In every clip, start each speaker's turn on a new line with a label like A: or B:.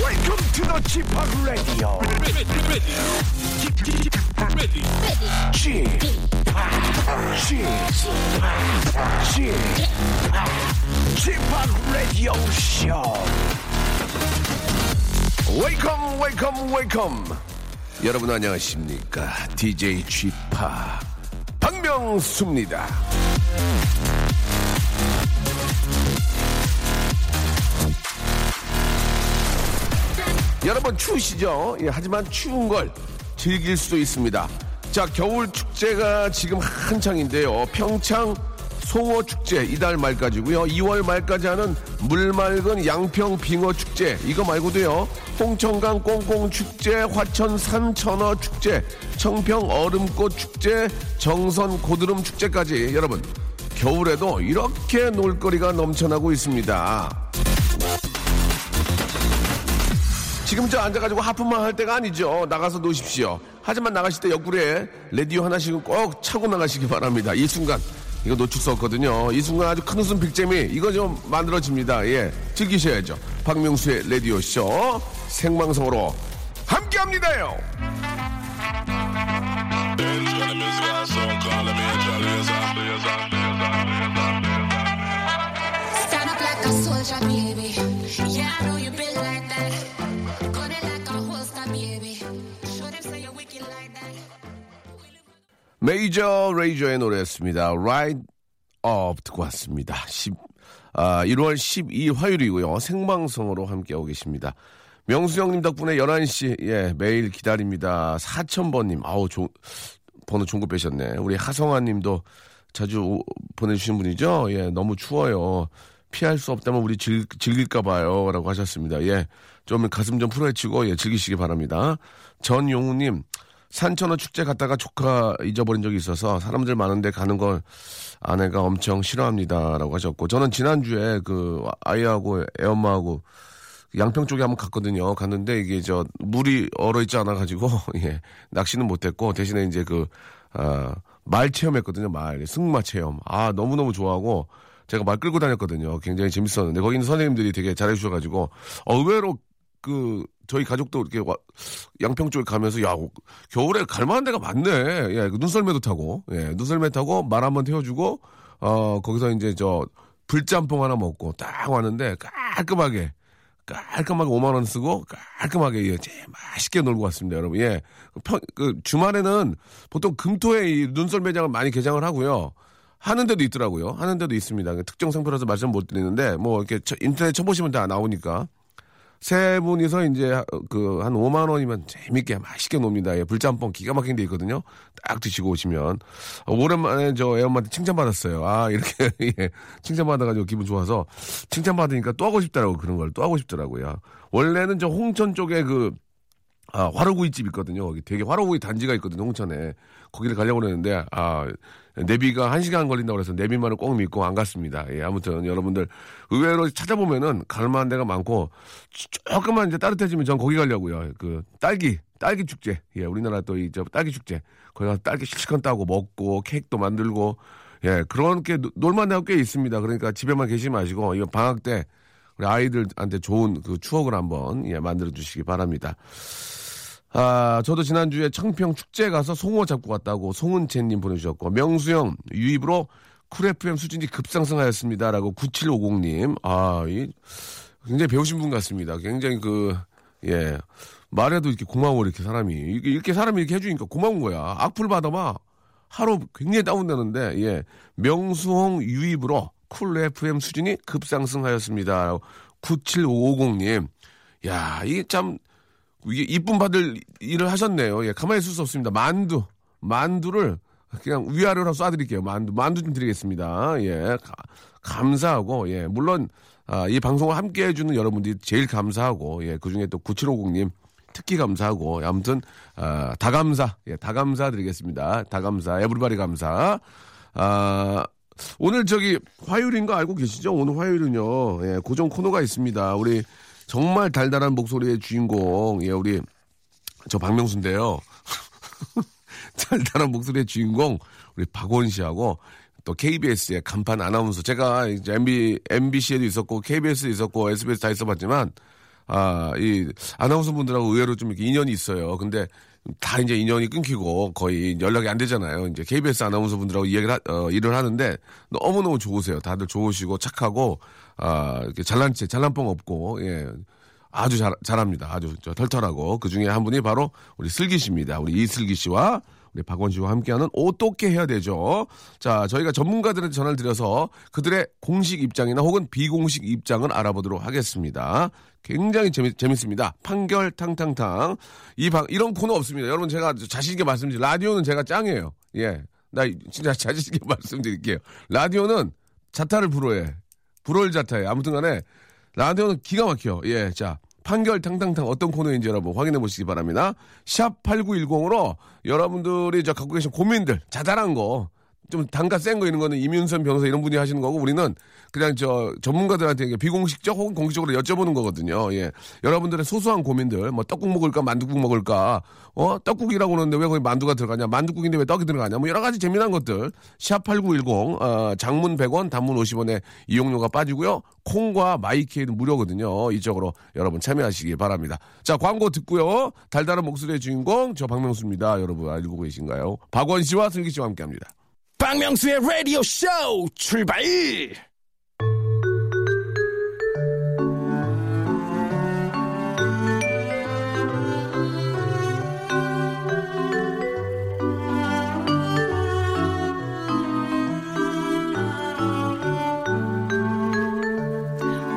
A: welcome to the Chipak Radio. Chipak Radio Show. Welcome, welcome, welcome. 여러분 안녕하십니까? DJ 지파 박명수입니다. 여러분 추우시죠? 예, 하지만 추운 걸 즐길 수도 있습니다. 자, 겨울 축제가 지금 한창인데요. 평창 송어 축제 이달 말까지고요. 2월 말까지 하는 물맑은 양평 빙어 축제 이거 말고도요. 홍천강 꽁꽁 축제, 화천 산천어 축제, 청평 얼음꽃 축제, 정선 고드름 축제까지 여러분 겨울에도 이렇게 놀거리가 넘쳐나고 있습니다. 지금 저 앉아가지고 하품만 할 때가 아니죠. 나가서 노십시오. 하지만 나가실 때 옆구리에 레디오 하나씩은 꼭 차고 나가시기 바랍니다. 이 순간. 이거 놓칠 수 없거든요. 이 순간 아주 큰 웃음 빅잼이 이거 좀 만들어집니다. 예. 즐기셔야죠. 박명수의 레디오쇼 생방송으로 함께 합니다요.
B: Ladies and gentlemen, it's got a song called Me a Jolly as I- as I- as I- as I-
C: Stand up like a soldier, baby. Yeah, I know you built like that. Gun it like a holster, baby. Show them say you're wicked like that.
A: 메이저 레이저의 노래였습니다. Ride Up 듣고 왔습니다. 10, 아, 1월 12일 화요일이고요. 생방송으로 함께하고 계십니다. 명수 형님 덕분에 11시 예 매일 기다립니다. 4,000번님 아우 조, 번호 종고 빼셨네. 우리 하성아님도 자주 오- 보내주신 분이죠. 예 너무 추워요. 피할 수 없다면 우리 즐, 즐길까 봐요라고 하셨습니다. 예 좀 가슴 좀 풀어헤치고 예 즐기시기 바랍니다. 전용우님 산천어 축제 갔다가 조카 잊어버린 적이 있어서 사람들 많은데 가는 걸 아내가 엄청 싫어합니다라고 하셨고 저는 지난주에 그 아이하고 애엄마하고 양평 쪽에 한번 갔거든요. 갔는데 이게 저 물이 얼어 있지 않아 가지고 예. 낚시는 못 했고 대신에 이제 그 아, 말 체험했거든요. 말 승마 체험. 아, 너무너무 좋아하고 제가 말 끌고 다녔거든요. 굉장히 재밌었는데 거기 있는 선생님들이 되게 잘해 주셔 가지고 어 의외로 그 저희 가족도 이렇게 와- 양평 쪽에 가면서 야 오- 겨울에 갈만한 데가 많네. 예, 그 눈썰매도 타고 예, 눈썰매 타고 말 한번 태워주고 어 거기서 이제 저 불짬뽕 하나 먹고 딱 왔는데 깔끔하게 깔끔하게 5만 원 쓰고 깔끔하게 예, 제 맛있게 놀고 왔습니다, 여러분. 예, 평, 그 주말에는 보통 금토에 이 눈썰매장을 많이 개장을 하고요. 하는 데도 있더라고요. 하는 데도 있습니다. 그 특정 상표라서 말씀 못 드리는데 뭐 이렇게 쳐- 인터넷 쳐보시면 다 나오니까 세 분이서 이제 그 한 5만 원이면 재밌게 맛있게 놉니다. 예, 불짬뽕 기가 막힌 데 있거든요. 딱 드시고 오시면 어, 오랜만에 저 애엄마한테 칭찬받았어요. 아 이렇게 예, 칭찬받아가지고 기분 좋아서 칭찬받으니까 또 하고 싶더라고 그런 걸 또 하고 싶더라고요. 원래는 저 홍천 쪽에 그 아, 화로구이 집 있거든요. 거기 되게 화로구이 단지가 있거든요. 홍천에. 거기를 가려고 그랬는데, 아, 내비가 한시간 걸린다고 그래서 내비만을 꼭 믿고 안 갔습니다. 예, 아무튼 여러분들 의외로 찾아보면은 갈만한 데가 많고, 조- 조금만 이제 따뜻해지면 전 거기 가려고요. 그, 딸기, 딸기 축제. 예, 우리나라 또 이, 저, 딸기 축제. 거기 가서 딸기 실컷 따고 먹고, 케이크도 만들고, 예, 그런 게 노- 놀만한 데가 꽤 있습니다. 그러니까 집에만 계시지 마시고, 이거 방학 때 우리 아이들한테 좋은 그 추억을 한번, 예, 만들어 주시기 바랍니다. 아, 저도 지난주에 청평 축제 가서 송어 잡고 갔다고 송은채님 보내주셨고, 명수형 유입으로 쿨FM 수준이 급상승하였습니다. 라고 9750님. 아, 이, 굉장히 배우신 분 같습니다. 굉장히 그, 예. 말해도 이렇게 고마워, 이렇게 사람이. 이렇게, 이렇게 사람이 이렇게 해주니까 고마운 거야. 악플 받아봐. 하루 굉장히 다운되는데, 예. 명수홍 유입으로 쿨 FM 수준이 급상승하였습니다. 라고 9750님. 야, 이게 참, 이게 이쁨 받을 일을 하셨네요. 예, 가만히 있을 수 없습니다. 만두, 만두를 그냥 위아래로 쏴드릴게요. 만두, 만두 좀 드리겠습니다. 예, 가- 감사하고, 예, 물론, 아, 이 방송을 함께 해주는 여러분들이 제일 감사하고, 예, 그 중에 또 9750님 특히 감사하고, 예, 아무튼, 아, 다 감사, 예, 다 감사 드리겠습니다. 다 감사, 에브리바리 감사. 아, 오늘 저기 화요일인 거 알고 계시죠? 오늘 화요일은요, 예, 고정 코너가 있습니다. 우리 정말 달달한 목소리의 주인공, 예, 우리 저 박명수인데요. 달달한 목소리의 주인공 우리 박원 씨하고 또 KBS의 간판 아나운서 제가 이제 MB, MBC에도 있었고 KBS에 있었고 SBS 다 있어봤지만 아, 이 아나운서 분들하고 의외로 좀 이렇게 인연이 있어요. 근데 다 이제 인연이 끊기고 거의 연락이 안 되잖아요. 이제 KBS 아나운서 분들하고 이야기를 하- 어, 일을 하는데 너무너무 좋으세요. 다들 좋으시고 착하고 아, 이렇게 잘난 체, 잘난 뻥 없고 예. 아주 잘, 잘합니다. 아주 저 털털하고 그 중에 한 분이 바로 우리 슬기 씨입니다. 우리 이슬기 씨와 우리 박원 씨와 함께하는 어떻게 해야 되죠? 자, 저희가 전문가들한테 전화를 드려서 그들의 공식 입장이나 혹은 비공식 입장을 알아보도록 하겠습니다. 굉장히 재미, 재밌습니다. 판결 탕탕탕. 이 방, 이런 코너 없습니다. 여러분 제가 아주 자신있게 말씀드릴, 라디오는 제가 짱이에요. 예. 나 진짜 자신있게 말씀드릴게요. 라디오는 자타를 불어해. 불월 자타에 아무튼 간에 라디오는 기가 막혀. 예, 자. 판결 탕탕탕 어떤 코너인지 여러분 확인해 보시기 바랍니다. 샵 8910으로 여러분들이 저 갖고 계신 고민들 자잘한 거, 좀 단가 센 거 이런 거는 이윤선 변호사 이런 분이 하시는 거고 우리는 그냥 저 전문가들한테 이게 비공식적 혹은 공식적으로 여쭤보는 거거든요. 예. 여러분들의 소소한 고민들 뭐 떡국 먹을까 만두국 먹을까 어 떡국이라고 그러는데 왜 거기 만두가 들어가냐 만두국인데 왜 떡이 들어가냐 뭐 여러 가지 재미난 것들 샵8910 장문 100원 단문 50원에 이용료가 빠지고요 콩과 마이케이는 무료거든요 이쪽으로 여러분 참여하시기 바랍니다 자 광고 듣고요 달달한 목소리의 주인공 저 박명수입니다 여러분 알고 계신가요 박원 씨와 슬기 씨와 함께합니다
D: 박명수의 라디오 쇼 출발!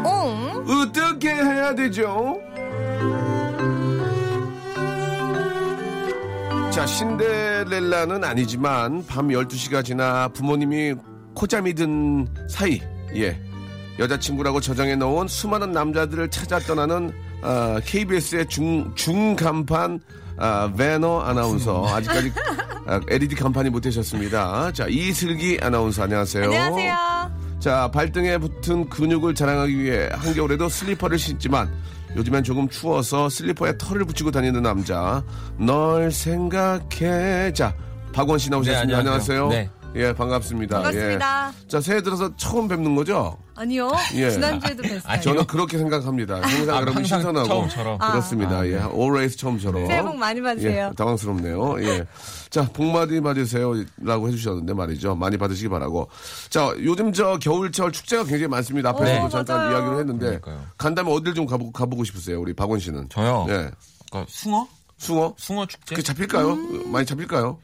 E: 옹
A: 어떻게 해야 되죠? 자, 신데렐라는 아니지만 밤 12시가 지나 부모님이 코잠이 든 사이, 예. 여자친구라고 저장해 놓은 수많은 남자들을 찾아 떠나는 아, KBS의 중, 중간판 아, 배너 아나운서. 아직까지 아, LED 간판이 못 되셨습니다. 자, 이슬기 아나운서 안녕하세요.
E: 안녕하세요.
A: 자, 발등에 붙은 근육을 자랑하기 위해 한겨울에도 슬리퍼를 신지만 요즘엔 조금 추워서 슬리퍼에 털을 붙이고 다니는 남자. 널 생각해. 자, 박원 씨 나오셨습니다.
D: 네,
A: 안녕하세요.
D: 안녕하세요.
A: 예, 반갑습니다.
E: 반갑습니다.
A: 예. 자, 새해 들어서 처음 뵙는 거죠?
E: 아니요.
A: 예.
E: 지난주에도 뵀어요.
A: 저는 그렇게 생각합니다. 항상
D: 예. 아,
A: 여러분
D: 항상
A: 신선하고.
D: 처음처럼. 아. 네.
A: 그렇습니다. 예. always 처음처럼.
E: 새해 복 많이 받으세요.
A: 예, 당황스럽네요. 예. 자, 복 많이 받으세요라고 해주셨는데 말이죠. 많이 받으시기 바라고. 자, 요즘 저 겨울철 축제가 굉장히 많습니다. 앞에서도
E: 네.
A: 잠깐
E: 맞아요.
A: 이야기를 했는데
D: 그러니까요.
A: 간다면 어딜 좀 가보고, 가보고 싶으세요, 우리 박원 씨는?
F: 저요.
A: 예.
F: 그러니까 숭어?
A: 숭어?
F: 숭어
A: 그
F: 축제? 그,
A: 잡힐까요?
E: 음.
A: 많이 잡힐까요?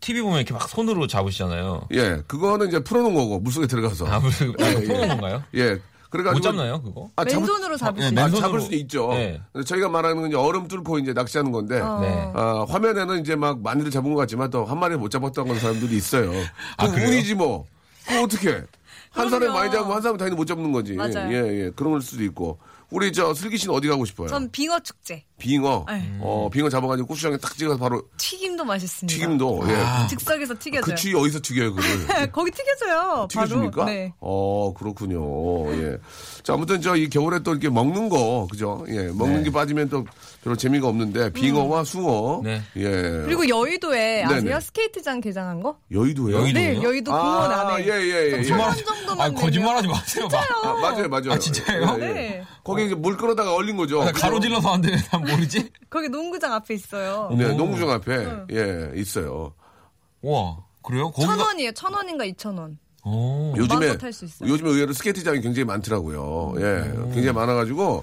F: TV 보면 이렇게 막 손으로 잡으시잖아요.
A: 예. 그거는 이제 풀어놓은 거고 물속에 들어가서.
F: 아, 무슨 아,
A: 예, 예.
F: 그런 건가요?
A: 예. 그래가지고
F: 못 잡나요, 그거?
A: 아, 잡을-
E: 맨손으로 잡으시죠.
F: 네,
A: 아,
F: 맨손으로-
A: 잡을 수 있죠.
F: 네.
A: 근데 저희가 말하는 건 이제 얼음 뚫고 이제 낚시하는 건데
E: 어,
F: 네.
A: 아, 화면에는 이제 막 많이들 잡은 것 같지만 또 한 마리 못 잡았던 건 사람들이 있어요. 그
F: 아, 그래요?
A: 운이지 뭐. 그 어떻게? 한 사람이
E: 그럼요.
A: 많이 잡으면 한 사람이 당연히 못 잡는 거지.
E: 맞아요.
A: 예, 예. 그런 걸 수도 있고. 우리 저 슬기 씨는 어디 가고 싶어요?
E: 전 빙어 축제.
A: 빙어.
E: 네.
A: 어, 빙어 잡아가지고 고추장에 딱 찍어서 바로
E: 튀김도 맛있습니다. 아,
A: 튀김도.
F: 아.
A: 예.
E: 즉석에서 튀겨져요. 네,
A: 그 추위 어디서 튀겨요, 그걸?
E: 거기 튀겨져요.
A: 튀겨줍니까?
E: 바로. 네.
A: 어, 그렇군요. 예. 자, 아무튼 저 이 겨울에 또 이렇게 먹는 거, 그죠? 예. 먹는 게 빠지면 또 별로 재미가 없는데, 빙어와 숭어.
F: 네.
A: 예.
E: 음. 그리고 여의도에 아세요?
A: 네네. 스케이트장
E: 스케이트장 개장한 거?
A: 여의도예요?
F: 여의도.
E: 네,
F: 여의도요?
E: 여의도 공원
A: 아,
E: 안에.
A: 예, 예, 예. 예.
E: 정말- 천 정도만
F: 아,
E: 내면-
F: 거짓말하지 마세요. 막.
A: 아, 맞아요, 맞아요. 예,
F: 아, 진짜요?
E: 네.
A: 거기 이제 물 끌어다가 얼린 거죠.
F: 나
A: 그죠?
F: 가로질러서 안 되면 난 모르지?
E: 거기 농구장 앞에 있어요.
A: 네,
F: 오.
A: 농구장 앞에,
E: 음.
A: 예, 있어요.
F: 우와, 그래요? 거기서. 어.
E: 천 원이에요. 천 원인가 이천 원.
F: 오.
A: 요즘에,
E: 마음껏 할수 있어요.
A: 요즘에 의외로 스케이트장이 굉장히 많더라고요. 예, 굉장히 많아가지고,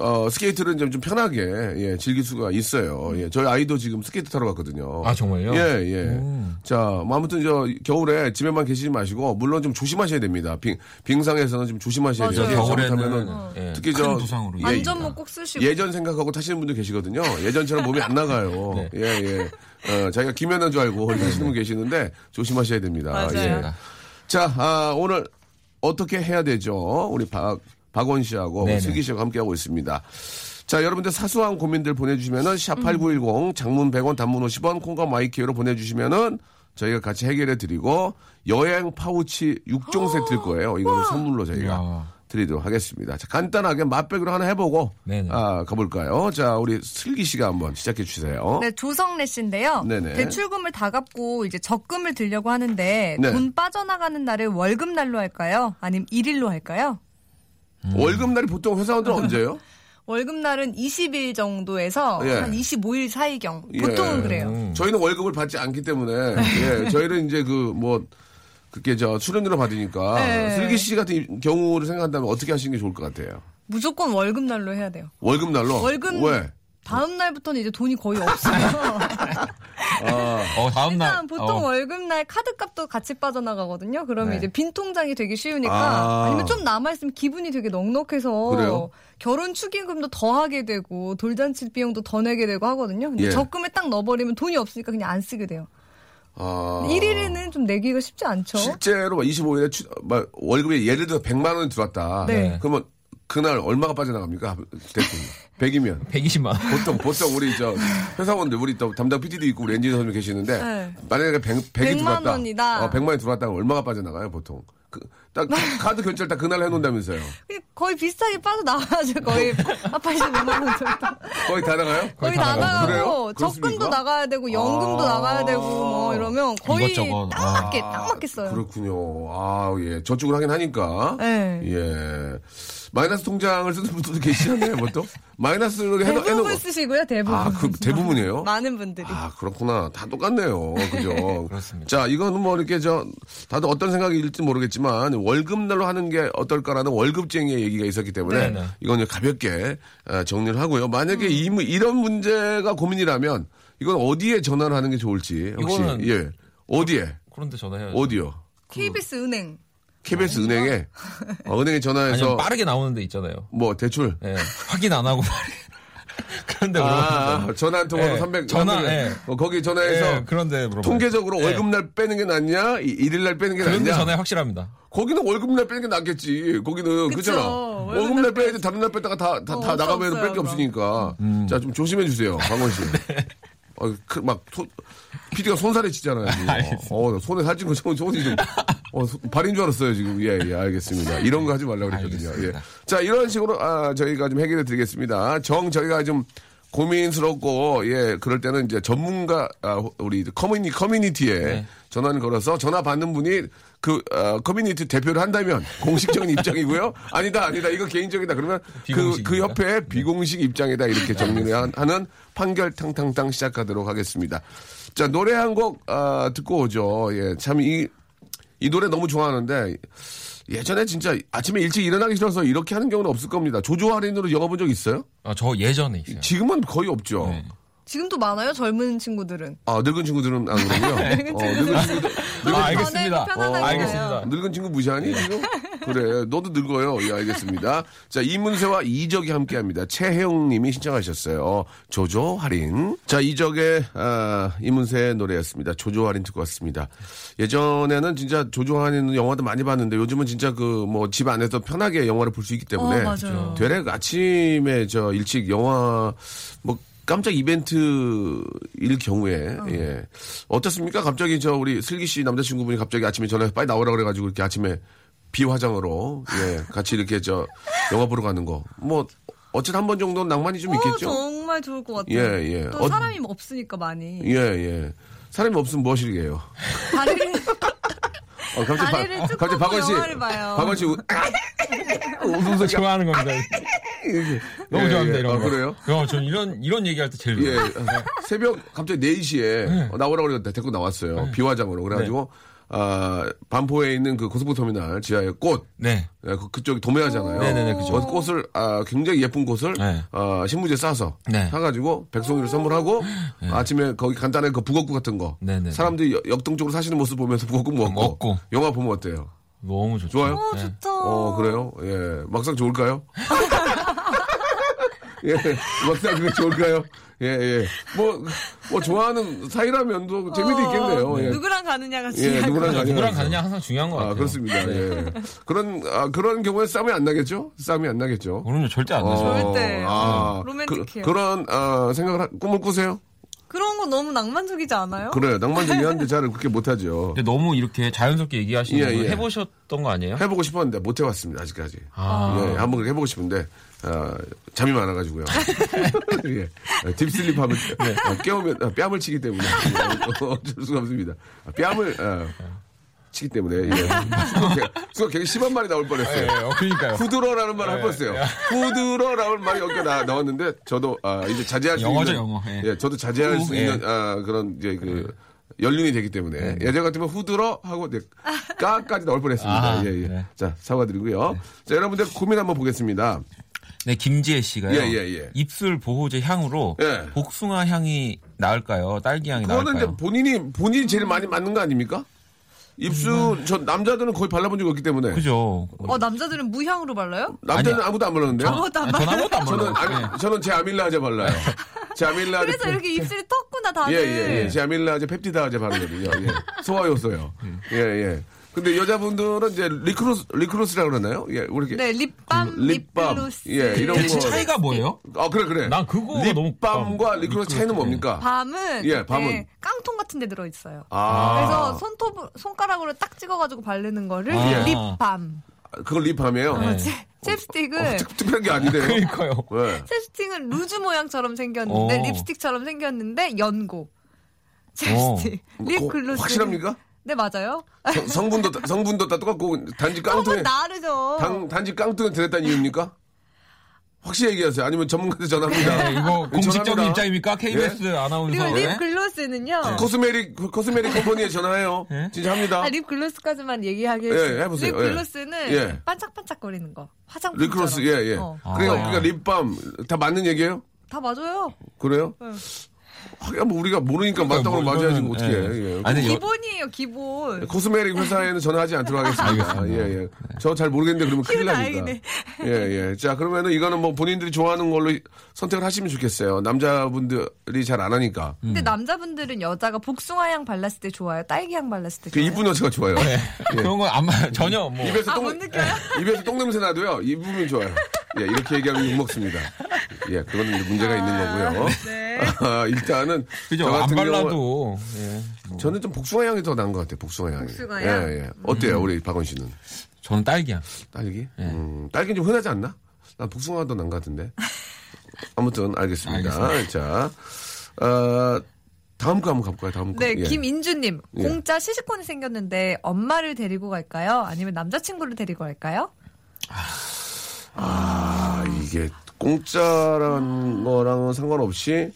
A: 어, 스케이트를 좀, 좀 편하게, 예, 즐길 수가 있어요. 예, 저희 아이도 지금 스케이트 타러 갔거든요.
F: 아, 정말요?
A: 예, 예.
F: 음.
A: 자, 뭐 아무튼 저 겨울에 집에만 계시지 마시고 물론 좀 조심하셔야 됩니다. 빙 빙상에서는 좀 조심하셔야 돼요.
E: 맞아요.
A: 잘못하면은
F: 예,
A: 특히
F: 큰
A: 저
F: 부상으로.
A: 예,
F: 안
E: 안전모 꼭 쓰시고.
A: 예전 생각하고 타시는 분들 계시거든요. 예전처럼 몸이 안 나가요.
F: 네.
A: 예, 예. 어, 자기가 김연아인 줄 알고 하시는 분 계시는데 조심하셔야 됩니다.
E: 맞아요.
A: 예.
F: 네.
A: 자, 아, 오늘 어떻게 해야 되죠? 우리 박, 박원 씨하고
F: 네네.
A: 슬기 씨하고 함께하고 있습니다. 자, 여러분들 사소한 고민들 보내주시면은
E: 음.
A: 샵8910 장문 100원 단문 50원 콩과 마이키로 보내주시면은 저희가 같이 해결해 드리고 여행 파우치
E: 아,
A: 6종 세트일 거예요. 이거는 선물로 저희가
F: 이야.
A: 드리도록 하겠습니다. 자, 간단하게 맛백으로 하나 해보고
F: 네네.
A: 아, 가볼까요? 자, 우리 슬기 씨가 한번 시작해 주세요.
E: 네, 조성래 씨인데요.
A: 네네.
E: 대출금을 다 갚고 이제 적금을 들려고 하는데
A: 네.
E: 돈 빠져나가는 날을 월급 날로 할까요? 아니면 일일로 할까요?
A: 음.
E: 음.
A: 월급날이 보통 회사원들 은 언제요?
E: 월급날은 20일 정도에서
A: 예.
E: 한 25일 사이경
A: 예.
E: 보통은 그래요. 네.
A: 저희는 월급을 받지 않기 때문에 예, 저희는 이제 그 뭐 그게 저 출연료로 받으니까
E: 네.
A: 슬기 씨 같은 경우를 생각한다면 어떻게 하시는 게 좋을 것 같아요?
E: 무조건 월급날로 해야 돼요.
A: 월급 날로
E: 월급
A: 어, 왜?
E: 다음 날부터는 이제 돈이 거의 없어요. 아.
F: 어, 다음 날.
E: 일단 보통
F: 어.
E: 월급날 카드값도 같이 빠져나가거든요. 그러면
F: 네.
E: 이제 빈 통장이 되게 쉬우니까
A: 아.
E: 아~ 니면좀 남아있으면 기분이 되게 넉넉해서
A: 그래요?
E: 결혼 축의금도 더 하게 되고 돌잔치 비용도 더 내게 되고 하거든요. 근데
A: 예.
E: 적금에 딱 넣어버리면 돈이 없으니까 그냥 안 쓰게 돼요.
A: 아,
E: 1일에는 좀 내기가 쉽지 않죠.
A: 실제로 25일에 추, 막 월급이 예를 들어 100만 원이 들어왔다.
E: 네.
A: 그러면 그날 얼마가 빠져나갑니까? 대충 100이면
F: 120만.
A: 보통 보통 우리 저 회사원들 우리 또 담당 PD도 있고 우리 엔지니어 선생님 계시는데
E: 네.
A: 만약에 100, 100이
E: 100만
A: 들어왔다.
E: 원이다.
A: 어, 100만이 들어왔다면 얼마가 빠져나가요, 보통? 그, 딱 카드 결제를 딱 그날 해 놓는다면서요.
E: 그냥 거의 비슷하게 빠져나와야죠. 거의 85만 원 정도.
A: 거의 다 나가요?
E: 거의
F: 다
E: 다
F: 나가요?
A: 그래요?
E: 나가고 적금도
A: 그렇습니까?
E: 나가야 되고 연금도
A: 아.
E: 나가야 되고 뭐 이러면 거의
F: 이것저것.
E: 딱
F: 아.
E: 맞게 딱 맞게 써요.
A: 그렇군요. 아, 예. 저축을 하긴 하니까.
E: 네.
A: 예. 마이너스 통장을 쓰는 분들도 계시잖아요, 보통. 마이너스로 해놓,
E: 대부분
A: 해놓고.
E: 쓰시고요, 대부분.
A: 아, 그 대부분이에요?
E: 많은 분들이.
A: 아, 그렇구나. 다 똑같네요. 그죠?
F: 그렇습니다.
A: 자, 이거는 뭐 이렇게 저, 다들 어떤 생각일지 모르겠지만, 월급날로 하는 게 어떨까라는 월급쟁이의 얘기가 있었기 때문에,
F: 네네. 음.
A: 이건 이제 가볍게 아, 정리를 하고요. 만약에 이, 문- 이런 문제가 고민이라면, 이건 어디에 전화를 하는 게 좋을지, 혹시,
F: 이거는-
A: 예. 어디에?
F: 그런데 전화해야죠.
A: 어디요?
E: KBS 은행.
A: KBS 은행에, 어, 은행에 전화해서,
F: 아니면 빠르게 나오는 데 있잖아요.
A: 뭐, 대출.
F: 예. 확인 안 하고 빠르게. 그런데
A: 아,
F: 물어보는
A: 아, 전화 한 통으로
F: 예,
A: 300.
F: 전화,
A: 300.
F: 예.
A: 어, 거기
F: 거.
A: 전화해서,
F: 예, 그런데 물어보
A: 통계적으로 월급날 빼는 게 낫냐, 이- 일일날 빼는 게
F: 그런데
A: 낫냐.
F: 전화해 확실합니다.
A: 거기는 월급날 빼는 게 낫겠지. 거기는
E: 그쵸.
A: 그잖아.
E: 월급날
A: 월급날 빼야지 다른 날 뺐다가 다, 다,
E: 어,
A: 다
E: 어쩔
A: 나가면
E: 없어요,
A: 뺄 게
E: 그럼.
A: 없으니까. 자, 좀 조심해 주세요, 강원 씨. 어, 그, 막, 손, PD가 손살에 치잖아요. 지금. 어, 손에 살찐 거 저거 저거 지금. 어, 손- 발인 줄 알았어요, 지금. 예, 예, 알겠습니다. 이런 거 하지 말라고 그랬거든요. 예.
F: 알겠습니다.
A: 자, 이런 식으로, 아, 저희가 좀 해결해 드리겠습니다. 정, 저희가 좀 고민스럽고, 예, 그럴 때는 이제 전문가, 아, 우리 커뮤니, 커뮤니티에
F: 네.
A: 전화를 걸어서 전화 받는 분이 그, 어, 커뮤니티 대표를 한다면 공식적인 입장이고요. 아니다, 아니다. 이거 개인적이다. 그러면 그, 그
F: 비공식입니다. 네.
A: 협회의 비공식 입장이다. 이렇게 정리를 한- 하는 판결 탕탕탕 시작하도록 하겠습니다. 자, 노래 한 곡, 아, 듣고 오죠. 예, 참 이, 이 노래 너무 좋아하는데 예전에 진짜 아침에 일찍 일어나기 싫어서 이렇게 하는 경우는 없을 겁니다. 조조 할인으로 영어 본 적 있어요?
F: 아, 저 예전에 있어요.
A: 지금은 거의 없죠.
F: 네.
E: 지금도 많아요, 젊은 친구들은.
A: 아, 늙은 친구들은 안 그러고요.
E: 늙은
A: 어,
E: 친구들은.
A: 늙은 친구들.
F: 아,
E: 네,
F: 알겠습니다.
E: 편안하잖아요.
A: 어,
F: 알겠습니다. 예.
A: 늙은 친구 무시하니 지금? 그래, 너도 늙어요. 예, 알겠습니다. 자, 이문세와 이적이 함께합니다. 최혜영님이 신청하셨어요. 조조 할인. 자, 이적의 아, 이문세의 노래였습니다. 조조 할인 듣고 왔습니다. 예전에는 진짜 조조 할인 영화도 많이 봤는데 요즘은 진짜 그 뭐 집 안에서 편하게 영화를 볼 수 있기 때문에
E: 어, 맞아요.
A: 되레 아침에 저 일찍 영화 뭐 깜짝 이벤트일 경우에
E: 어.
A: 예. 어떻습니까? 갑자기 저 우리 슬기 씨 남자친구분이 갑자기 아침에 전화해서 빨리 나오라 그래가지고 이렇게 아침에 비화장으로 예 같이 이렇게 저 영화 보러 가는 거 뭐 어쨌든 한 번 정도는 낭만이 좀
E: 어,
A: 있겠죠.
E: 정말 좋을 것 같아요.
A: 예, 예.
E: 또
A: 어-
E: 사람이 뭐 없으니까 많이.
A: 예 예. 사람이 없으면 무엇이게요?
E: 다리를
A: 어, 갑자기
E: 다리를
A: 박-
E: 쭉
A: 갑자기
E: 뻗고
A: 박원 씨,
E: 영화를 봐요.
A: 박원 씨 우- 웃음 소리
F: 좋아하는 겁니다. 너무
A: 예,
F: 좋아합니다,
A: 예.
F: 이런
A: 아,
F: 거.
A: 그래요?
F: 어, 전 이런, 이런 얘기할 때 제일
A: 예.
F: 좋아요.
A: 새벽 갑자기 4시에
F: 네.
A: 나오라고 그랬는데 데리고 나왔어요. 비화장으로. 그래가지고, 아, 반포에 있는 그 고속버터미널 지하에 꽃.
F: 네.
A: 예, 그, 쪽이 도매하잖아요.
F: 네네네, 그죠.
A: 그래서 꽃을, 아, 굉장히 예쁜 꽃을,
F: 네.
A: 아, 신문지에 싸서,
F: 네.
A: 사가지고, 백송이를 선물하고, 아침에 거기 간단한 그 북어국 같은 거,
F: 네네.
A: 사람들이 역- 역동적으로 사시는 모습 보면서 북어국 먹고,
F: 먹고.
A: 영화 보면 어때요?
F: 너무 좋죠.
A: 좋아요?
E: 어, 좋다.
A: 어, 그래요? 예. 막상 좋을까요? 예. 막상 그게 좋을까요? 예, 예. 뭐, 뭐, 좋아하는 사이라면 또 재미도 있겠네요. 예.
E: 어, 누구랑 네. 가느냐가
A: 예,
E: 중요한
A: 누구랑
F: 그냥 누구랑
A: 가냐.
F: 아, 가느냐 항상 중요한 것 같아요.
A: 아, 그렇습니다. 예. 그런, 아, 그런 경우에 싸움이 안 나겠죠? 싸움이 안 나겠죠?
F: 그럼요, 절대 안 되죠.
A: 어,
E: 음, 절대. 음,
A: 아,
E: 로맨틱해요.
A: 그, 런 아, 생각을, 하- 꿈을 꾸세요?
E: 그런 거 너무 낭만적이지 않아요?
A: 그래요. 낭만적이긴 한데 잘 그렇게 못하죠.
F: 근데 너무 이렇게 자연스럽게 얘기하시는
A: 예,
F: 걸
A: 예.
F: 해보셨던 거 아니에요?
A: 해보고 싶었는데 못해봤습니다, 아직까지.
F: 아.
A: 예, 한번 그렇게 해보고 싶은데, 아, 잠이 많아가지고요. 예. 딥슬립 하면
F: 네.
A: 어, 아, 깨우면 아, 뺨을 치기 때문에 어쩔 수가 없습니다. 아, 뺨을, 아, 치기 때문에 예. 수가 개- 수가 굉장히 심한 말이 나올
F: 네,
A: 뻔했어요.
G: 어, 그러니까요.
A: 후드러라는 말을 할 뻔했어요. 후드러라는 말이 여기가 나, 나왔는데 저도 아, 이제 자제할 수
F: 영어죠,
A: 있는
F: 영어. 예.
A: 예, 저도 자제할 수
F: 예. 네.
A: 있는 아, 그런 이제 그 연륜이 되기 때문에 예전 같으면 후드러 하고 이제 까까지 나올 뻔했습니다.
F: 아,
A: 예, 예.
F: 네.
A: 자 사과드리고요. 자 여러분들 고민 한번 보겠습니다.
F: 네, 김지혜 씨가요.
A: 예, 예, 예.
F: 입술 보호제 향으로
A: 예.
F: 복숭아 향이 나을까요? 딸기 향이
A: 그거는 이제
F: 나을까요?
A: 본인이 본인이 제일 많이 맞는 거 아닙니까? 입술 저 남자들은 거의 발라본 적이 없기 때문에
F: 음. 그죠.
E: 어, 남자들은 무향으로 발라요?
A: 남자는
F: 아니야.
A: 아무도 안 바르는데요.
E: 아무것도 안
F: 아, 전
E: 발라요.
F: 아무것도 안
A: 저는
F: 먹어요. 네.
A: 아니, 저는 제 아밀라제 발라요. 제 아밀라제.
E: 그래서 이렇게 입술이 텄구나
A: 예,
E: 다들.
A: 예, 예. 제 아밀라제 펩티다제 바르거든요. 예. 소화효소요. 예, 예. 근데 여자분들은 이제 리크로스 리크로스라고 그러나요? 예, 우리 이렇게
E: 네, 립밤,
A: 립밤.
E: 립글로스.
A: 예, 이런
F: 대체
A: 거.
F: 차이가 뭐예요?
A: 아, 그래 그래.
F: 난 그거가 너무
A: 립밤과
F: 깜-
A: 리크로스 차이는
F: 리크로스,
A: 뭡니까?
E: 네. 밤은
A: 예, 밤은.
E: 이렇게 깡통 같은 데 들어 있어요.
A: 아.
E: 그래서 손톱 손가락으로 딱 찍어가지고 바르는 거를
F: 아.
E: 립밤.
A: 그걸 립밤이에요. 아,
E: 어, 제- 챕스틱은
A: 네. 어, 특- 특별한 게 아닌데요.
F: 그러니까요.
A: 예.
E: 챕스틱은 루즈 모양처럼 생겼는데
F: 어.
E: 립스틱처럼 생겼는데 연고. 챕스틱. 립글로스.
A: 어. 뭐, 확실합니까?
E: 네 맞아요.
A: 성- 성분도 다- 성분도 다 똑같고 단지 깡통에
E: 조금 다르죠.
A: 당, 단지 깡통에 들었다는 이유입니까? 확실히 얘기하세요. 아니면 전문가한테 전합니다.
F: 네, 이거 공식적인
A: 전합니다. 예.
F: 입장입니까? KBS 아나운서.
E: 그리고
F: 네?
E: 립글로스는요.
A: 코스메릭 코스메릭 컴퍼니에 전화해요. 진짜 합니다.
E: 아, 립글로스까지만 얘기하게
A: 예, 해보세요.
E: 립글로스는
A: 예. 예.
E: 반짝반짝거리는 거. 화장품.
A: 리크로스 예예.
E: 어.
A: 그러니까 우리가 립밤 다 맞는 얘기예요?
E: 다 맞아요.
A: 그래요? 하긴 뭐 우리가 모르니까 맞다고
F: 뭐
A: 맞아야지
F: 이거는,
A: 어떻게
F: 예.
A: 해. 예.
F: 아니, 여-
E: 기본이에요,
A: 음.
E: 기본.
A: 코스메릭 회사에는 전화하지 않도록 하겠습니다. 예, 예. 저 잘 모르겠는데 그러면 큰일
E: 기분
A: 납니다. 예, 예. 자, 그러면은 이거는 뭐 본인들이 좋아하는 걸로 선택을 하시면 좋겠어요. 남자분들이 잘 안 하니까.
E: 근데 남자분들은 여자가 복숭아 향 발랐을 때 좋아요. 딸기 향 발랐을 때
A: 그
E: 좋아요.
A: 이쁜 여자가 좋아요.
F: 그런 건안 맞, 전혀 뭐.
A: 입에서
E: 아,
A: 똥 예,
E: 못 느껴요?
A: 입에서 똥 냄새 나도요. 이 부분이 좋아요. 예, 이렇게 얘기하면 욕 먹습니다. 예, 그건 이제 문제가 있는 거고요.
E: 네.
A: 아, 일단은
F: 그죠?
A: 저 같은
F: 안
A: 경우
F: 발라도. 예.
A: 저는 좀 복숭아 향이 더 나은 것 같아요. 복숭아 향이.
E: 복숭아 향?
A: 예, 예. 어때요,
F: 음.
A: 우리 박원 씨는?
F: 저는 딸기야.
A: 딸기?
F: 예.
A: 음, 딸기는 좀 흔하지 않나? 난 복숭아가 더 난 것 같은데. 아무튼 알겠습니다. 자, 어, 다음 거 한번 가볼까요? 다음 거.
E: 네,
A: 예.
E: 김인주님 공짜 시식권이 생겼는데 엄마를 데리고 갈까요? 아니면 남자친구를 데리고 갈까요?
A: 아, 이게 공짜라는 거랑은 상관없이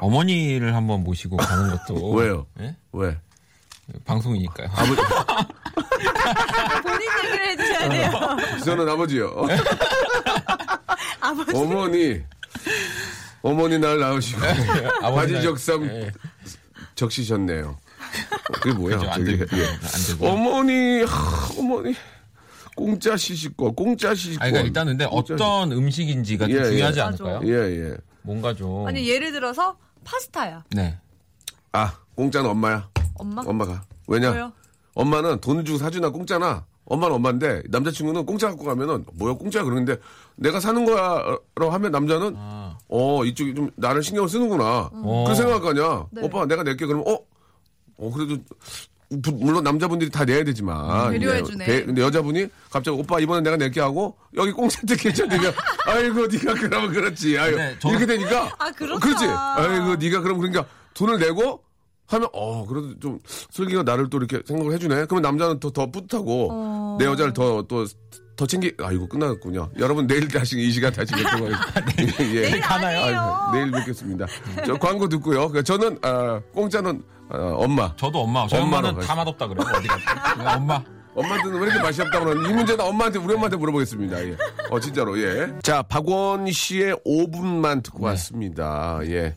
F: 어머니를 한번 모시고 가는 것도.
A: 왜요? 아,
F: 예?
A: 왜?
F: 방송이니까요.
E: 본인 얘기를
A: 어.
E: 해주셔야 돼요.
A: 저는 아버지요. 어머니. 어머니 날 낳으시고
F: 네,
A: 바지 적삼 적시셨네요. 그게 뭐야?
F: 그죠, 안 네.
A: 갑자기?
F: 되고.
A: 예.
F: 안 되고.
A: 어머니, 하, 어머니. 공짜 시식권, 공짜 시식권.
F: 아니, 그러니까 일단 근데
A: 공짜
F: 어떤 음식인지가 좀
A: 어, 예, 예.
F: 중요하지
E: 맞아.
F: 않을까요?
A: 시식권. 예, 예.
F: 뭔가 좀.
E: 아니 예를 들어서 파스타야.
F: 네.
A: 아, 공짜는 엄마야.
E: 엄마?
A: 엄마가. 왜냐?
E: 왜요?
A: 엄마는 돈 주고 사주나 공짜나 엄마는 엄마인데 남자친구는 공짜 갖고 가면은 뭐야 공짜야 그러는데 내가 사는 거야라고 하면 남자는
F: 아,
A: 어 이쪽이 좀 나를 신경 을 쓰는구나
F: 어.
A: 그런 생각할 거 아니야
E: 네.
A: 오빠 내가 낼게 그러면 어? 어 그래도 부- 물론 남자분들이 다 내야 되지만
E: 배려해주네.
A: 예, 배- 근데 여자분이 갑자기 오빠 이번엔 내가 낼게 하고 여기 공짜 티켓이야 내가 아이고 네가 그러면 그렇지 아유
F: 네, 저는-
A: 이렇게 되니까
E: 아, 그렇다.
A: 그렇지 아이고 네가 그럼 그러니까 돈을 내고 하면 어 그래도 좀 슬기가 나를 또 이렇게 생각을 해주네. 그러면 남자는 더 더 뿌듯하고
E: 어.
A: 내 여자를 더 또 더 챙기. 아이고 끝났군요. 여러분 내일 다시 이 시간 다시 뵙도록 하겠습니다.
F: 네.
A: 예.
E: 내일
F: 가나요?
E: 아니에요.
A: 아이고, 내일 뵙겠습니다. 저 광고 듣고요. 그러니까 저는 아, 공짜는 아, 엄마.
F: 저도 엄마. 저희
A: 엄마로
F: 엄마는
A: 가야지.
F: 다 맛없다 그래요. 어디 가서. 엄마.
A: 엄마한테는 왜 이렇게 맛이 없다고 그러는지 이 문제는 엄마한테 우리 엄마한테 물어보겠습니다. 예. 어 진짜로 예. 자 박원 씨의 5분만 듣고 왔습니다. 예.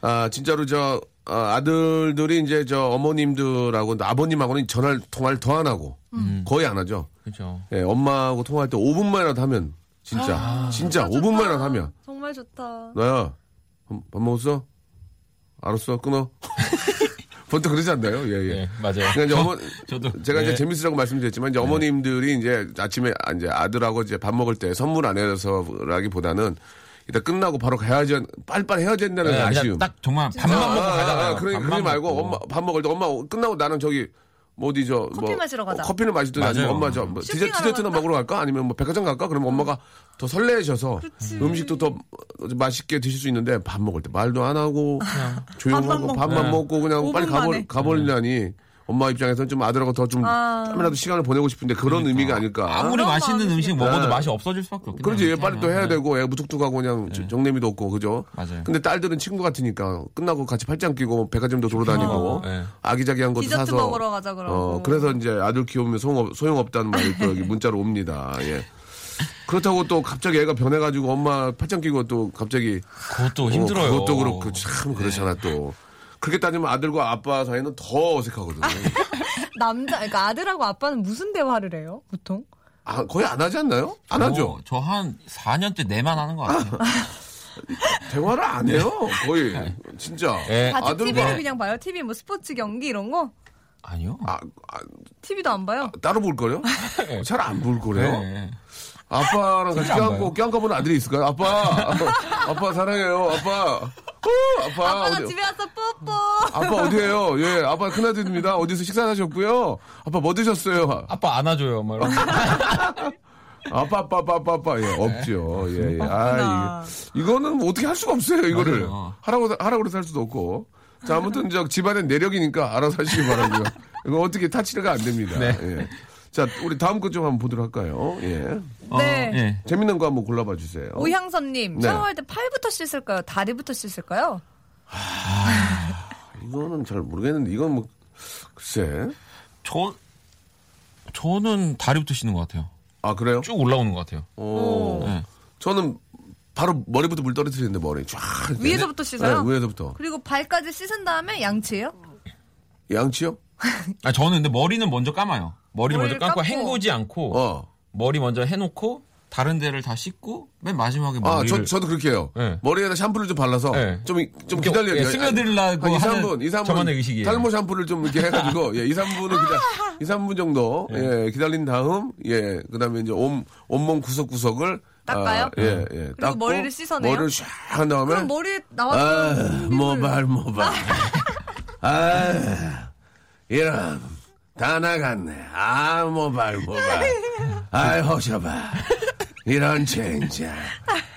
A: 아 진짜로 저 아, 들들이 이제 저 어머님들하고 아버님하고는 전화 통화를 더 안 하고 거의 안 하죠.
F: 그죠.
A: 예, 엄마하고 통화할 때 5분만이라도 하면 진짜 진짜 5분만이라도 하면
E: 정말 좋다.
A: 나야 밥- 밥 먹었어? 알았어 끊어. 보통 그러지 않나요? 예. 예.
F: 예, 맞아요.
A: 그러니까 이제
F: 저-
A: 어머,
F: 저도.
A: 제가 이제
F: 예.
A: 재밌으라고 말씀드렸지만 이제 어머님들이 이제 아침에 아, 이제 아들하고 이제 밥 먹을 때 선물 안 해서라기보다는 일단 끝나고 바로 가야지 빨빨 해야 된다는
F: 예, 그냥
A: 아쉬움.
F: 딱 정말 밥만
A: 아,
F: 먹고
A: 아, 아,
F: 가잖아요.
A: 그러,
F: 밥만
A: 그러지 말고
F: 먹고.
A: 엄마 밥 먹을 때 엄마 끝나고 나는 저기 뭐 어디 저
E: 커피
A: 뭐
E: 마시러 가자.
A: 어, 커피를 마시든 아니면
F: 맞아요.
A: 엄마 저 뭐, 디저트,
E: 쇼핑하러
A: 디저트나
E: 갈까?
A: 먹으러 갈까? 아니면 뭐 백화점 갈까? 그러면 엄마가 더 설레셔서
E: 그치.
A: 음식도 더 맛있게 드실 수 있는데 밥 먹을 때 말도 안 하고 조용하고
E: 밥만
A: 밥만
F: 네.
A: 먹고 그냥
E: 오분
A: 빨리 가버
E: 만에.
A: 가버리려니 엄마 입장에서는 좀 아들하고 더좀
E: 아.
A: 조금이라도 시간을 보내고 싶은데 그런
F: 그러니까.
A: 의미가 아닐까.
F: 아무리
E: 그런
F: 맛있는
E: 마음이
F: 음식
E: 있겠다.
F: 먹어도 맛이 없어질 수밖에 없겠네.
A: 아. 그렇지 얘 빨리 또 해야
F: 네.
A: 되고 애 무뚝뚝하고 그냥 저- 정내미도 없고 그죠
F: 맞아요.
A: 근데 딸들은 친구 같으니까 끝나고 같이 팔짱 끼고 뭐 백화점도 돌아다니고
F: 네.
A: 아기자기한 것도
E: 디저트
A: 사서
E: 먹으러 가자 그러고.
A: 어, 그래서 이제 아들 키우면 소용없, 소용없다는 말이 또 여기 문자로 옵니다 예. 그렇다고 또 갑자기 애가 변해가지고 엄마 팔짱 끼고 또 갑자기
F: 그것도
A: 어,
F: 힘들어요. 네.
A: 그것도 그렇고 참 그렇잖아 또 그렇게 따지면 아들과 아빠 사이는 더 어색하거든요
E: 남자, 그러니까 아들하고 아빠는 무슨 대화를 해요? 보통?
A: 아, 거의 안 하지 않나요? 안 하죠
F: 저 한 4년째 내만 하는 것 같아요.
A: 대화를 안 해요
F: 네.
A: 거의 진짜
F: 예.
E: 같이
A: 네, 아들과-
E: TV를 그냥 봐요? TV 뭐 스포츠 경기 이런 거?
F: 아니요.
A: 아, 아,
E: TV도 안 봐요?
A: 따로 볼 거요? 잘 안 볼 거래요?
F: 네.
A: 아빠랑 같이
F: 진짜 안
A: 껴안고
F: 봐요.
A: 껴안고 보는 아들이 있을까요? 아빠, 아빠 사랑해요. 아빠, 어, 아빠
E: 아빠 나
A: 어디?
E: 집에 와서 뽀뽀.
A: 아빠 어디에요? 예, 아빠 큰아들입니다. 어디서 식사하셨고요? 아빠 뭐 드셨어요?
F: 아빠 안아줘요. 막 이러고.
A: 아빠, 아빠, 아빠, 아빠, 아빠. 예, 없죠. 예, 예. 아,
E: 없구나.
A: 이거, 이거는 뭐 어떻게 할 수가 없어요. 이거를
F: 맞아요.
A: 하라고 하라고 해서 할 수도 없고. 자, 아무튼 저 집안의 내력이니까 알아서 하시기 바라고요. 이거 어떻게 타치가 안 됩니다.
F: 네.
A: 예. 자, 우리 다음 것 좀 한번 보도록 할까요? 예.
F: 어,
E: 네.
F: 예.
A: 재밌는 거 한번 골라봐 주세요.
E: 오향선님,
A: 네.
E: 샤워할 때 팔부터 씻을까요? 다리부터 씻을까요?
A: 이거는 잘 모르겠는데 이건 뭐 글쎄.
F: 저 저는 다리부터 씻는 것 같아요.
A: 아 그래요?
F: 쭉 올라오는 것 같아요.
A: 오.
E: 음.
F: 네.
A: 저는 바로 머리부터 물 떨어뜨리는데 머리 쫙. 이렇게.
E: 위에서부터 씻어요?
A: 네, 위에서부터.
E: 그리고 발까지 씻은 다음에 양치예요?
A: 양치요?
F: 아 저는 근데 머리는 먼저 감아요. 머리를 먼저
E: 머리를
F: 감고
E: 감고.
F: 헹구지 않고
A: 어.
F: 머리 먼저 해놓고 다른 데를 다 씻고 맨 마지막에
A: 아,
F: 머리를
A: 저, 저도 그렇게 해요.
F: 네.
A: 머리에다 샴푸를 좀 발라서
F: 네.
A: 좀, 좀 기다려요.
F: 예, 스며들라고
A: 한 2,
F: 하는
A: 3분, 2, 3분.
F: 저만의 의식이에요.
A: 탈모 샴푸를 좀 이렇게 해가지고, 예, 2, 3분을 기다, 2, 3분 정도,
F: 네.
A: 예, 기다린 다음, 예, 그 다음에 이제 온, 온몸 구석구석을
E: 닦아요?
A: 아, 예, 예. 닦고
E: 머리를 씻어내요?
A: 머리를 샥한 다음에.
E: 그럼 머리에
A: 네. 아,
E: 나와서
A: 모발, 모발. 아, 이런. 다 나갔네. 아, 모발, 모발. 아이, 허셔봐. 이런 젠장.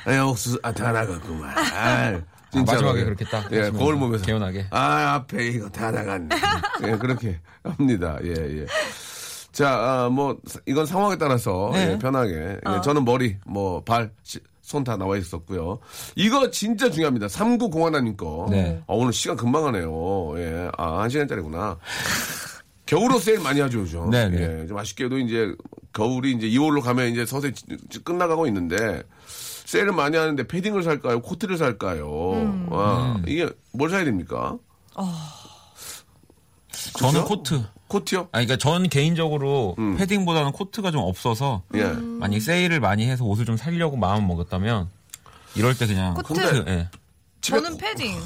A: 아이, 옥수수, 아, 다 나갔구만. 아, 진짜.
F: 마지막에 그렇게 딱
A: 예,
F: 하시면서
A: 거울 보면서.
F: 개운하게.
A: 아, 앞에 이거 다 나갔네. 예, 그렇게 합니다. 예, 예. 자, 아, 뭐, 사- 이건 상황에 따라서
F: 네.
A: 예, 편하게. 예,
F: 어.
A: 저는 머리, 뭐, 발, 손 다 나와 있었고요. 이거 진짜 중요합니다. 3901님 거.
F: 네.
A: 아, 오늘 시간 금방 가네요. 예. 아, 한 시간짜리구나. 겨울 옷 세일 많이 하죠, 요즘.
F: 네, 네.
A: 예, 좀 아쉽게도 이제 겨울이 이제 2월로 가면 이제 서서히 지- 지- 끝나가고 있는데 세일을 많이 하는데 패딩을 살까요? 코트를 살까요?
F: 음.
A: 아, 이게 뭘 사야 됩니까?
F: 저는 코트.
A: 코트요?
F: 아, 그러니까 전 개인적으로 패딩보다는 코트가 좀 없어서
A: 음. 예.
F: 만약 에 세일을 많이 해서 옷을 좀 살려고 마음 먹었다면 이럴 때 그냥
E: 코트.
F: 예.
A: 집에 어.
E: 저는 패딩.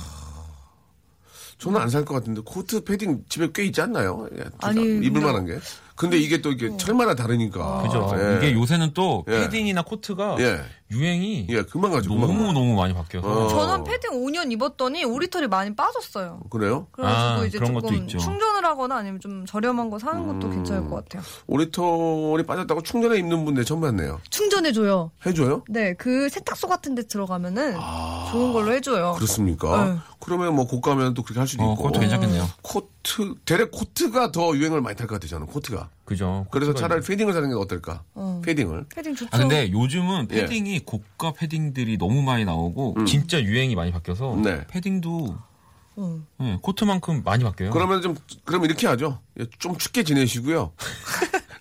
A: 저는 안 살 것 같은데 코트 패딩 집에 꽤 있지 않나요? 예,
E: 아니,
A: 입을
E: 근데- 어.
A: 만한 게. 근데 이게 또 이게 철마다 다르니까.
F: 그죠.
A: 예.
F: 이게 요새는 또
A: 예.
F: 패딩이나 코트가
A: 예.
F: 유행이
A: 예, 금방 가지고.
F: 너무
A: 금방 가죠.
F: 너무 많이 바뀌어서
A: 어.
E: 저는 패딩 5년 입었더니 오리털이 많이 빠졌어요.
A: 그래요?
E: 그래가지고
F: 아,
E: 이제
F: 그런 것도
E: 조금
F: 있죠.
E: 충전을 하거나 아니면 좀 저렴한 거 사는
A: 음.
E: 것도 괜찮을 것 같아요.
A: 오리털이 빠졌다고 충전해 입는 분들 처음 봤네요.
E: 충전해줘요.
A: 해줘요?
E: 네, 그 세탁소 같은 데 들어가면은
F: 아.
E: 좋은 걸로 해줘요.
A: 아. 그렇습니까?
E: 네.
A: 그러면 뭐 고가면 또 그렇게 할 수도
F: 어,
A: 있고.
F: 그것도 괜찮겠네요.
A: 코트, 대략 코트가 더 유행을 많이 탈 것 같아요, 저는 코트가.
F: 그죠.
A: 그래서
F: 코트가
A: 차라리 패딩을 사는 게 어떨까? 패딩을.
E: 패딩 좋죠.
F: 아 근데 요즘은
A: 예. 음.
F: 패딩이 고가 패딩들이 너무 많이 나오고 진짜 유행이 많이 바뀌어서
A: 네.
F: 패딩도
E: 음.
F: 예, 코트만큼 많이 바뀌어요.
A: 그러면 좀, 그럼 이렇게 하죠. 예, 좀 춥게 지내시고요.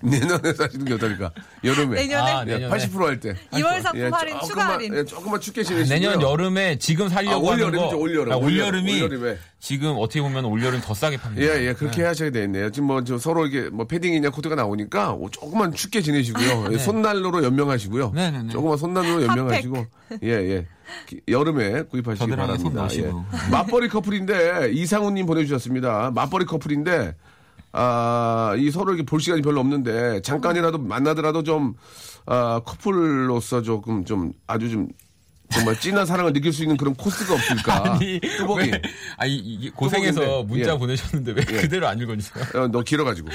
A: 내년에 사시는 게 어떨까? 여름에.
E: 내년에
F: 아,
A: 예,
F: 내년에. 아,
A: 80%할 때.
E: 2월 상품
A: 예,
E: 할인 추가
A: 조금만,
E: 할인.
A: 예, 조금만 춥게 지내시고요.
F: 내년 여름에 지금 살려고
A: 아,
F: 하는
A: 올여름이죠,
F: 거
A: 올여름.
F: 아,
A: 올여름,
F: 올여름이
A: 올여름에.
F: 지금 어떻게 보면 올여름 더 싸게 팝니다.
A: 예, 예, 그렇게 하셔야 되겠네요. 지금 뭐, 저 서로 이게 뭐 패딩이냐 코트가 나오니까 오, 조금만 춥게 지내시고요. 예, 손난로로 연명하시고요.
F: 아, 네, 네, 네.
A: 조금만 손난로로 연명하시고. 예, 예. 기- 여름에 구입하시기
F: 겨드랑이에 손
A: 바랍니다. 예.
F: 넣으시고.
A: 맞벌이 커플인데, 이상훈님 보내주셨습니다. 맞벌이 커플인데, 아, 이 서로 이렇게 볼 시간이 별로 없는데, 잠깐이라도 만나더라도 좀, 아, 커플로서 조금 좀 아주 좀 정말 진한 사랑을 느낄 수 있는 그런 코스가 없을까?
F: 아니,
A: 뚜벅이.
F: 왜, 아니 이게 고생해서
A: 뚜벅인데.
F: 문자
A: 예.
F: 보내셨는데 왜 그대로 안 읽어주세요?
A: 어, 너 길어가지고.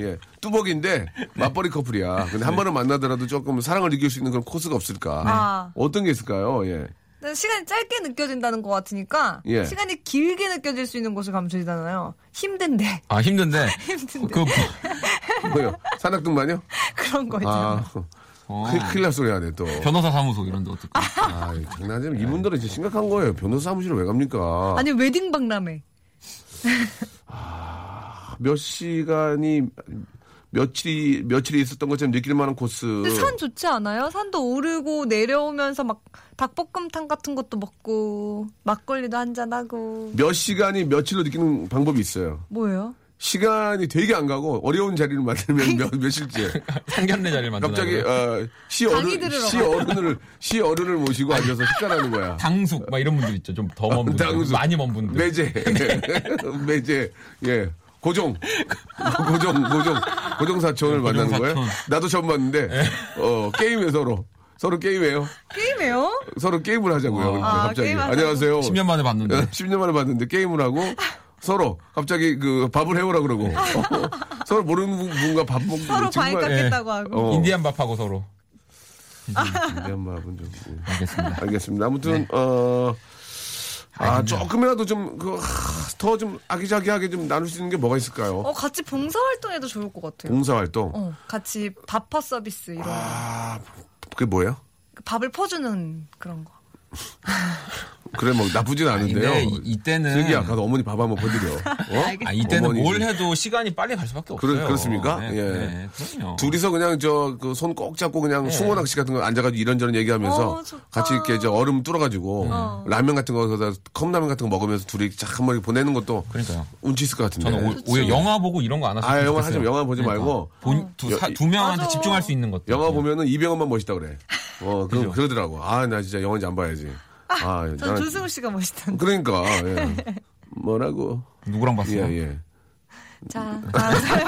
A: 예. 뚜벅인데
E: 네.
A: 맞벌이 커플이야. 근데 한 번은 만나더라도 조금 사랑을 느낄 수 있는 그런 코스가 없을까?
E: 아.
A: 어떤 게 있을까요? 예.
E: 난 시간이 짧게 느껴진다는 것 같으니까
A: 예.
E: 시간이 길게 느껴질 수 있는 곳을 감춰지잖아요. 힘든데
F: 아 힘든데.
E: 힘든데.
F: 그
A: 뭐요? 산악등반요?
E: 그런 거 있잖아요.
A: 아.
E: 어.
A: 큰- 큰일 날 소리 하네, 또.
F: 어, 변호사 사무소 이런데 어떻게?
A: 아, 장난하지 마. 이분들은 진짜 심각한 거예요. 변호사 사무실을 왜 갑니까?
E: 네. 아니 웨딩 박람회.
A: 몇 시간이 며칠이 며칠이 있었던 것처럼 느낄 만한 코스.
E: 근데 산 좋지 않아요? 산도 오르고 내려오면서 막 닭볶음탕 같은 것도 먹고 막걸리도 한잔 하고
A: 몇 시간이 며칠로 느끼는 방법이 있어요.
E: 뭐예요?
A: 시간이 되게 안 가고 어려운 자리를 만들면 몇, 며칠째
F: 상견례 자리를 만들어.
A: 갑자기 어, 시
E: 강의
A: 어른
E: 들으러
A: 시
E: 가.
A: 어른을 시 어른을 모시고 앉아서 식사하는 거야.
F: 당숙 막 이런 분들 있죠. 좀 더 먼 분들,
A: 당숙.
F: 많이 네. 먼 분들.
A: 매제 매제 예 고종 고종 고종 고종 사촌을 만나는 거예요.
F: 사촌. 네.
A: 나도 처음 봤는데 어 게임에 서로 서로 게임해요.
E: 게임해요?
A: 서로 게임을 하자고요. 그러니까
E: 아,
A: 갑자기
E: 게임하자고.
A: 안녕하세요.
F: 10년 만에 봤는데.
A: 10년 만에 봤는데 게임을 하고 서로 갑자기 그 밥을 해오라 그러고 서로 모르는 분- 분과 밥 먹고
E: 서로 과일 깎겠다고 하고
A: 예. 어.
F: 인디안 밥하고 서로.
A: 인디안 밥은 좀 예.
F: 알겠습니다.
A: 알겠습니다.
F: 네.
A: 아무튼 어. 아, 조금이라도 좀, 그, 하, 더 좀, 아기자기하게 좀 나눌 수 있는 게 뭐가 있을까요?
E: 어, 같이 봉사활동해도 좋을 것 같아요.
A: 봉사활동.
E: 어, 같이 밥퍼 서비스 이런 거.
A: 아, 그게 뭐예요?
E: 그 밥을 퍼주는 그런 거.
A: 그래, 뭐, 나쁘진 않은데요.
F: 근데 이- 이때는-
A: 슬기야, 가서 어머니 밥 한번 보드려. 어?
F: 아, 이때는
A: 어머니.
F: 뭘 해도 시간이 빨리 갈 수밖에
A: 그러-
F: 없어요.
A: 그렇습니까?
F: 네,
A: 예.
F: 네, 그럼요.
A: 둘이서 그냥 저 그 손 꼭 잡고 그냥
F: 네.
A: 숭어낚시 같은 거 앉아가지고 이런저런 얘기하면서
E: 어, 좋다.
A: 같이 이렇게 저 얼음 뚫어가지고 라면 같은 거 거기다 컵라면 같은 거 먹으면서 둘이 쫙한번 보내는 것도
F: 그러니까요.
A: 운치 있을 것 같은데.
F: 저는 오- 네. 오히려 영화 보고 이런 거 안 하시면
A: 네.
F: 그러니까.
A: 아, 영화 하지 마. 영화 보지 말고.
F: 본, 두, 사-
A: 여-
F: 두 명한테
E: 맞아.
F: 집중할 수 있는 것들.
A: 영화 보면은 이병헌만 멋있다 그래. 어, 그, 그러더라고. 아, 나 진짜 영화인지 안 봐야지. 아,
E: 전
A: 난-
E: 조승우 씨가 멋있던데.
A: 그러니까. 예. 뭐라고.
F: 누구랑
A: 예,
F: 봤어요?
A: 예.
E: 자, 아, 다음 사연.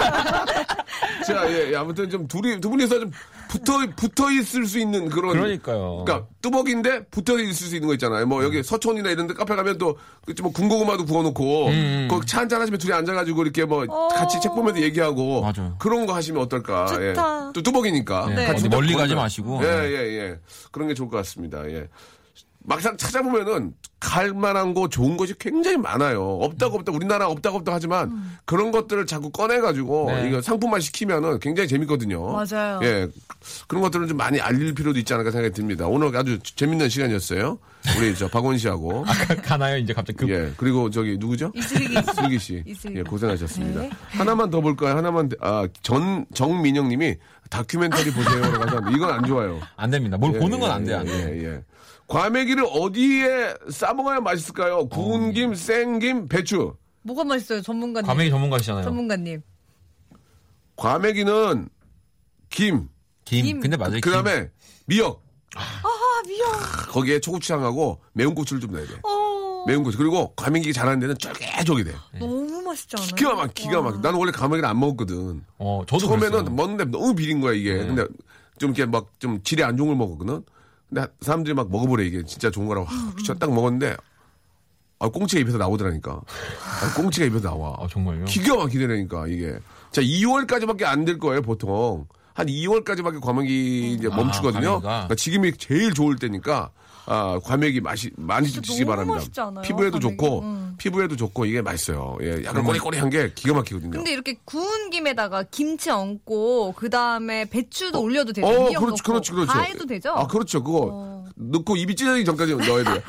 A: 자, 예, 예. 아무튼 좀 둘이, 두 분이서 좀 붙어, 붙어 있을 수 있는 그런.
F: 그러니까요.
A: 그러니까 뚜벅인데 붙어 있을 수 있는 거 있잖아요. 뭐 여기 서촌이나 이런 데 카페 가면 또, 그뭐 군고구마도
F: 음,
A: 구워놓고, 거기 차 한잔 하시면 둘이 앉아가지고 이렇게 뭐 같이 책 보면서 얘기하고.
F: 맞아요.
A: 그런 거 하시면 어떨까. 예.
E: 어. 좋다.
A: 또 뚜벅이니까.
F: 네.
A: 같이
F: 어디 네. 멀리
A: 뚜벅 보면서.
F: 가지 마시고.
A: 예, 예, 예. 그런 게 좋을 것 같습니다. 예. 막상 찾아보면은 갈 만한 거 좋은 것이 굉장히 많아요. 없다고 없다 우리나라 없다고 없다 하지만
E: 음.
A: 그런 것들을 자꾸 꺼내 가지고
F: 네.
A: 이거 상품화 시키면은 굉장히 재밌거든요.
E: 맞아요.
A: 예. 그런 것들은 좀 많이 알릴 필요도 있지 않을까 생각이 듭니다. 오늘 아주 재밌는 시간이었어요. 우리 저 박원 씨하고
F: 아, 가나요? 이제 갑자기 급.
A: 예. 그리고 저기 누구죠?
E: 이슬기
A: 슬기 씨.
E: 이슬기.
A: 예, 고생하셨습니다.
E: 네.
A: 하나만 더 볼까요? 하나만 더- 아, 전 정민영 님이 다큐멘터리 보세요라고 하셨는데 이건 안 좋아요.
F: 안 됩니다. 뭘
A: 예,
F: 보는
A: 예,
F: 건 안 돼요. 안
A: 예,
F: 돼요.
A: 예, 예. 과메기를 어디에 싸먹어야 맛있을까요?
F: 음.
A: 구운 김, 생김, 배추.
E: 뭐가 맛있어요, 전문가님?
F: 과메기 전문가시잖아요.
E: 전문가님.
A: 과메기는 김,
F: 김.
E: 김.
F: 근데 맞아요.
A: 그 다음에 미역.
E: 아, 미워.
A: 거기에 초고추장하고 매운 고추를 좀 넣어야 돼.
E: 어,
A: 매운 고추. 그리고 과메기 잘하는 데는 쫄깃쫄깃해.
F: 네.
E: 너무 맛있지 않아요?
A: 기가 막, 기가 막. 나는 원래 과메기를 안 먹었거든.
F: 김. 어, 저도
A: 처음에는
F: 그랬어요. 네.
A: 먹는데 너무 비린 거야, 이게. 근데 좀 이렇게 막 좀 질이 안 좋은 걸 먹었거든. 근데 사람들이 막 먹어보래, 이게. 진짜 좋은 거라고 확 진짜 딱 먹었는데, 아, 꽁치가 입에서 나오더라니까. 아, 꽁치가 입에서 나와.
F: 아, 정말요?
A: 기가 막히더라니까, 이게. 자, 2월까지밖에 안 될 거예요, 보통. 한 2월까지밖에 과메기 이제 멈추거든요.
F: 아, 과메기가.
A: 그러니까 지금이 제일 좋을 때니까, 아, 과메기 맛이 많이
E: 진짜
A: 드시기
E: 너무
A: 바랍니다.
E: 맛있지 않아요,
A: 피부에도
E: 과메기?
A: 좋고,
E: 음.
A: 피부에도 좋고, 이게 맛있어요. 예, 약간 꼬리꼬리한 게 기가 막히거든요.
E: 근데 이렇게 구운 김에다가 김치 얹고 그 다음에 배추도 올려도 되죠.
A: 어,
E: 네, 미역
A: 그렇지,
E: 넣고.
A: 그렇지, 그렇지.
E: 다 해도 되죠. 어.
A: 아, 그렇죠. 그거 넣고 입이 찢어지기 전까지 넣어야 돼요.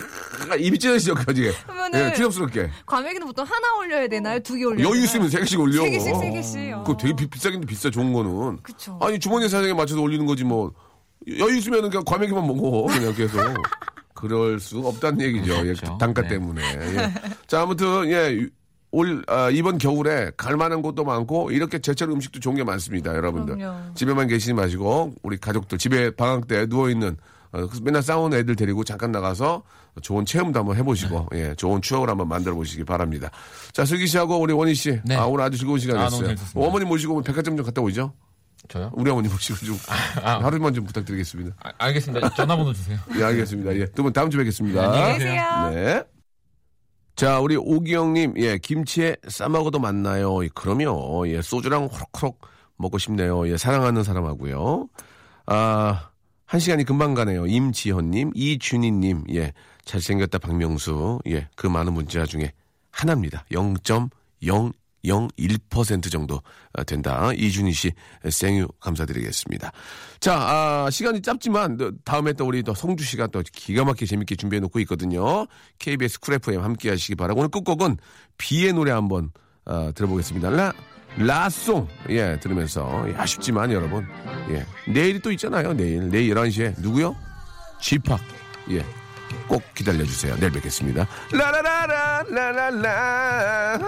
A: 입이 찢어지기 전까지.
E: 그러면은
A: 예, 추잡스럽게.
E: 과메기는 보통 하나 올려야 되나요? 두 개 올려야 되나요?
A: 어. 여유 있으면 세 개씩 올려.
E: 세 개씩 세 개씩. 어.
A: 그거 되게 비, 비싸긴데 비싸, 좋은 거는.
E: 그쵸.
A: 아니, 주머니 사정에 맞춰서 올리는 거지 뭐. 여유 있으면 그냥 과메기만 먹어. 그냥 계속. 그럴 수 없다는 얘기죠. 예,
F: 그렇죠.
A: 단가
F: 네.
A: 때문에. 예. 자, 아무튼, 예. 올, 아, 이번 겨울에 갈 만한 곳도 많고, 이렇게 제철 음식도 좋은 게 많습니다, 여러분들.
E: 그럼요.
A: 집에만 계시지 마시고 우리 가족들 집에 방학 때 누워 있는 어, 맨날 싸우는 애들 데리고 잠깐 나가서 좋은 체험도 한번 해보시고 예, 좋은 추억을 한번 만들어 보시기 바랍니다. 자 슬기 씨하고 우리 원희 씨,
F: 네.
A: 아, 오늘 아주 즐거운
F: 아, 너무
A: 시간이었어요.
F: 재밌었습니다.
A: 어머니 모시고 오늘 백화점 좀 갔다 오죠.
F: 저요?
A: 우리 어머니 모시고 좀 하루만 좀 부탁드리겠습니다.
F: 아, 알겠습니다. 전화번호 주세요.
A: 예, 알겠습니다. 예. 두 분 다음 주에 뵙겠습니다.
F: 안녕히 계세요.
E: 계세요.
A: 네. 자, 우리 오기영님, 예, 김치에 싸먹어도 맞나요? 예, 그럼요. 예, 소주랑 호록호록 먹고 싶네요. 예, 사랑하는 사람하고요. 아, 한 시간이 금방 가네요. 임지현님, 이준희님, 예, 잘생겼다 박명수, 예, 그 많은 문자 중에 하나입니다. 0.001% 정도 아, 된다. 이준희 씨, 예, 생유 감사드리겠습니다. 자, 아, 시간이 짧지만 또 다음에 또 우리 또 성주 씨가 또 기가 막히게 재밌게 준비해 놓고 있거든요. KBS 쿨 FM 함께 하시기 바라고 오늘 끝곡은 비의 노래 한번 아, 들어보겠습니다. 라 라송 예 들으면서 예, 아쉽지만 여러분 예 내일이 또 있잖아요 내일 내일 11시에 누구요? 지팍 예꼭 기다려주세요 내일 뵙겠습니다 라라라라 라라라